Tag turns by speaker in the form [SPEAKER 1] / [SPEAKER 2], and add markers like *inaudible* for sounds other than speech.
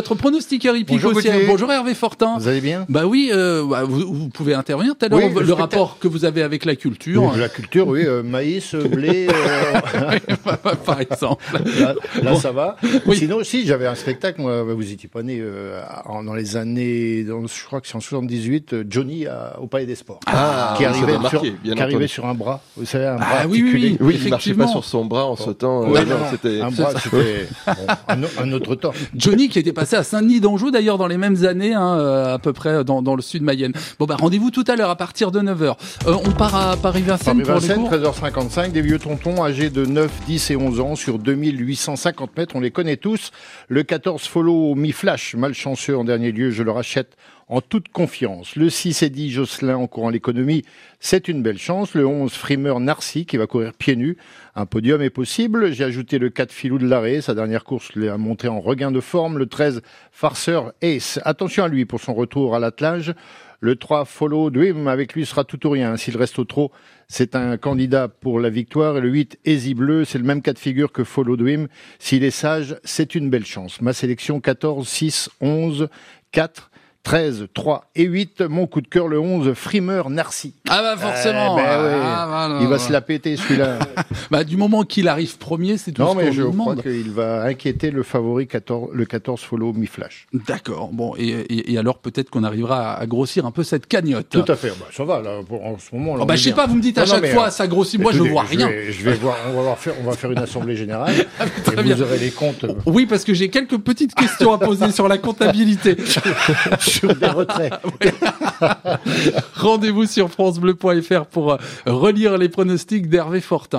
[SPEAKER 1] notre pronostiqueur hippique
[SPEAKER 2] Bonjour,
[SPEAKER 1] aussi. hein.
[SPEAKER 2] Gauthier.
[SPEAKER 1] Bonjour Hervé Fortin.
[SPEAKER 2] Vous allez bien
[SPEAKER 1] Bah oui, euh, bah, vous, vous pouvez intervenir. Tout à l'heure,
[SPEAKER 2] Oui,
[SPEAKER 1] on voit
[SPEAKER 2] le
[SPEAKER 1] le
[SPEAKER 2] spectacle.
[SPEAKER 1] rapport que vous avez avec la
[SPEAKER 3] hein.
[SPEAKER 1] culture, *laughs*
[SPEAKER 2] La culture, oui, euh, maïs, euh, blé,
[SPEAKER 3] *laughs*
[SPEAKER 2] euh,
[SPEAKER 1] bah, par exemple.
[SPEAKER 2] là, là, ça va.
[SPEAKER 1] Oui.
[SPEAKER 2] Sinon, si, j'avais un spectacle, moi, vous étiez pas né euh, en- dans les années, dans- je crois que c'est en 78, euh, Johnny à- au Palais des Sports,
[SPEAKER 3] Ah,
[SPEAKER 2] qui
[SPEAKER 3] oui, ça
[SPEAKER 2] arrivait,
[SPEAKER 3] m'a marqué,
[SPEAKER 2] sur,
[SPEAKER 3] bien
[SPEAKER 2] qui arrivait
[SPEAKER 3] entendu.
[SPEAKER 2] sur un bras, vous savez, un bras
[SPEAKER 1] Ah oui, oui,
[SPEAKER 2] articulé.
[SPEAKER 1] oui,
[SPEAKER 3] Oui, il marchait pas
[SPEAKER 1] effectivement.
[SPEAKER 3] sur son bras en sautant. euh,
[SPEAKER 2] Ouais,
[SPEAKER 3] non,
[SPEAKER 2] non, non,
[SPEAKER 3] c'était.
[SPEAKER 2] un bras, c'était bon, un, au- un autre temps.
[SPEAKER 1] Johnny qui était passé à Saint-Denis d'Anjou d'ailleurs dans les mêmes années hein, euh, à peu près dans, dans le sud Mayenne. Bon bah rendez-vous tout à l'heure à partir de 9h. on part à Paris-Vincennes
[SPEAKER 2] Paris
[SPEAKER 1] pour les
[SPEAKER 2] Vincennes,
[SPEAKER 1] cours.
[SPEAKER 2] 13h55, des vieux tontons âgés de 9, 10 et 11 ans sur 2850 mètres, on les connaît tous. Le 14 follow mi-flash, malchanceux en dernier lieu, je le rachète en toute confiance. Le 6 et 10 Jocelyn en courant l'économie, c'est une belle chance. Le 11 Frimeur Narcy qui va courir pieds nus, un podium est possible. J'ai ajouté le 4 Filou de l'arrêt, sa dernière course l'a montré en regain de forme. Le 13 Farceur Ace, attention à lui pour son retour à l'attelage. Le 3 Follow Dream, avec lui sera tout ou rien. S'il reste au trot, c'est un candidat pour la victoire. Et le 8 Easy Bleu, c'est le même cas de figure que Follow Dream. S'il est sage, c'est une belle chance. Ma sélection 14, 6, 11, 4, 13, 3 et 8. Mon coup de cœur, le 11, Frimeur Narcy.
[SPEAKER 1] Ah bah forcément.
[SPEAKER 2] Eh ben ouais.
[SPEAKER 1] Ah, voilà.
[SPEAKER 2] Il va se la péter *laughs* celui-là.
[SPEAKER 1] Bah, du moment qu'il arrive premier, c'est tout
[SPEAKER 2] non
[SPEAKER 1] ce qu'on
[SPEAKER 2] mais
[SPEAKER 1] lui
[SPEAKER 2] je crois
[SPEAKER 1] demande.
[SPEAKER 2] qu'il va inquiéter le favori 14, le 14 Follow Mi-Flash.
[SPEAKER 1] D'accord. Bon et, et- et alors peut-être qu'on arrivera à, à grossir un peu cette cagnotte.
[SPEAKER 2] Tout à fait. Bah, ça va là, pour- en ce moment. là,
[SPEAKER 1] Oh,
[SPEAKER 2] on
[SPEAKER 1] bah
[SPEAKER 2] est
[SPEAKER 1] je sais
[SPEAKER 2] bien.
[SPEAKER 1] pas, vous me dites à
[SPEAKER 2] Non, non,
[SPEAKER 1] chaque
[SPEAKER 2] mais,
[SPEAKER 1] fois
[SPEAKER 2] euh,
[SPEAKER 1] ça grossit. Moi je
[SPEAKER 2] Écoutez,
[SPEAKER 1] vois rien.
[SPEAKER 2] vais- je vais voir, on va, voir faire, on va faire une
[SPEAKER 1] *laughs*
[SPEAKER 2] assemblée générale et
[SPEAKER 1] bien.
[SPEAKER 2] vous aurez les
[SPEAKER 1] *laughs*
[SPEAKER 2] comptes euh,
[SPEAKER 1] Oui, parce que j'ai quelques petites questions à poser sur la comptabilité. *laughs*
[SPEAKER 2] sur des retraits.
[SPEAKER 1] Rendez-vous sur francebleu.fr pour euh, relire les pronostics d'Hervé Fortin.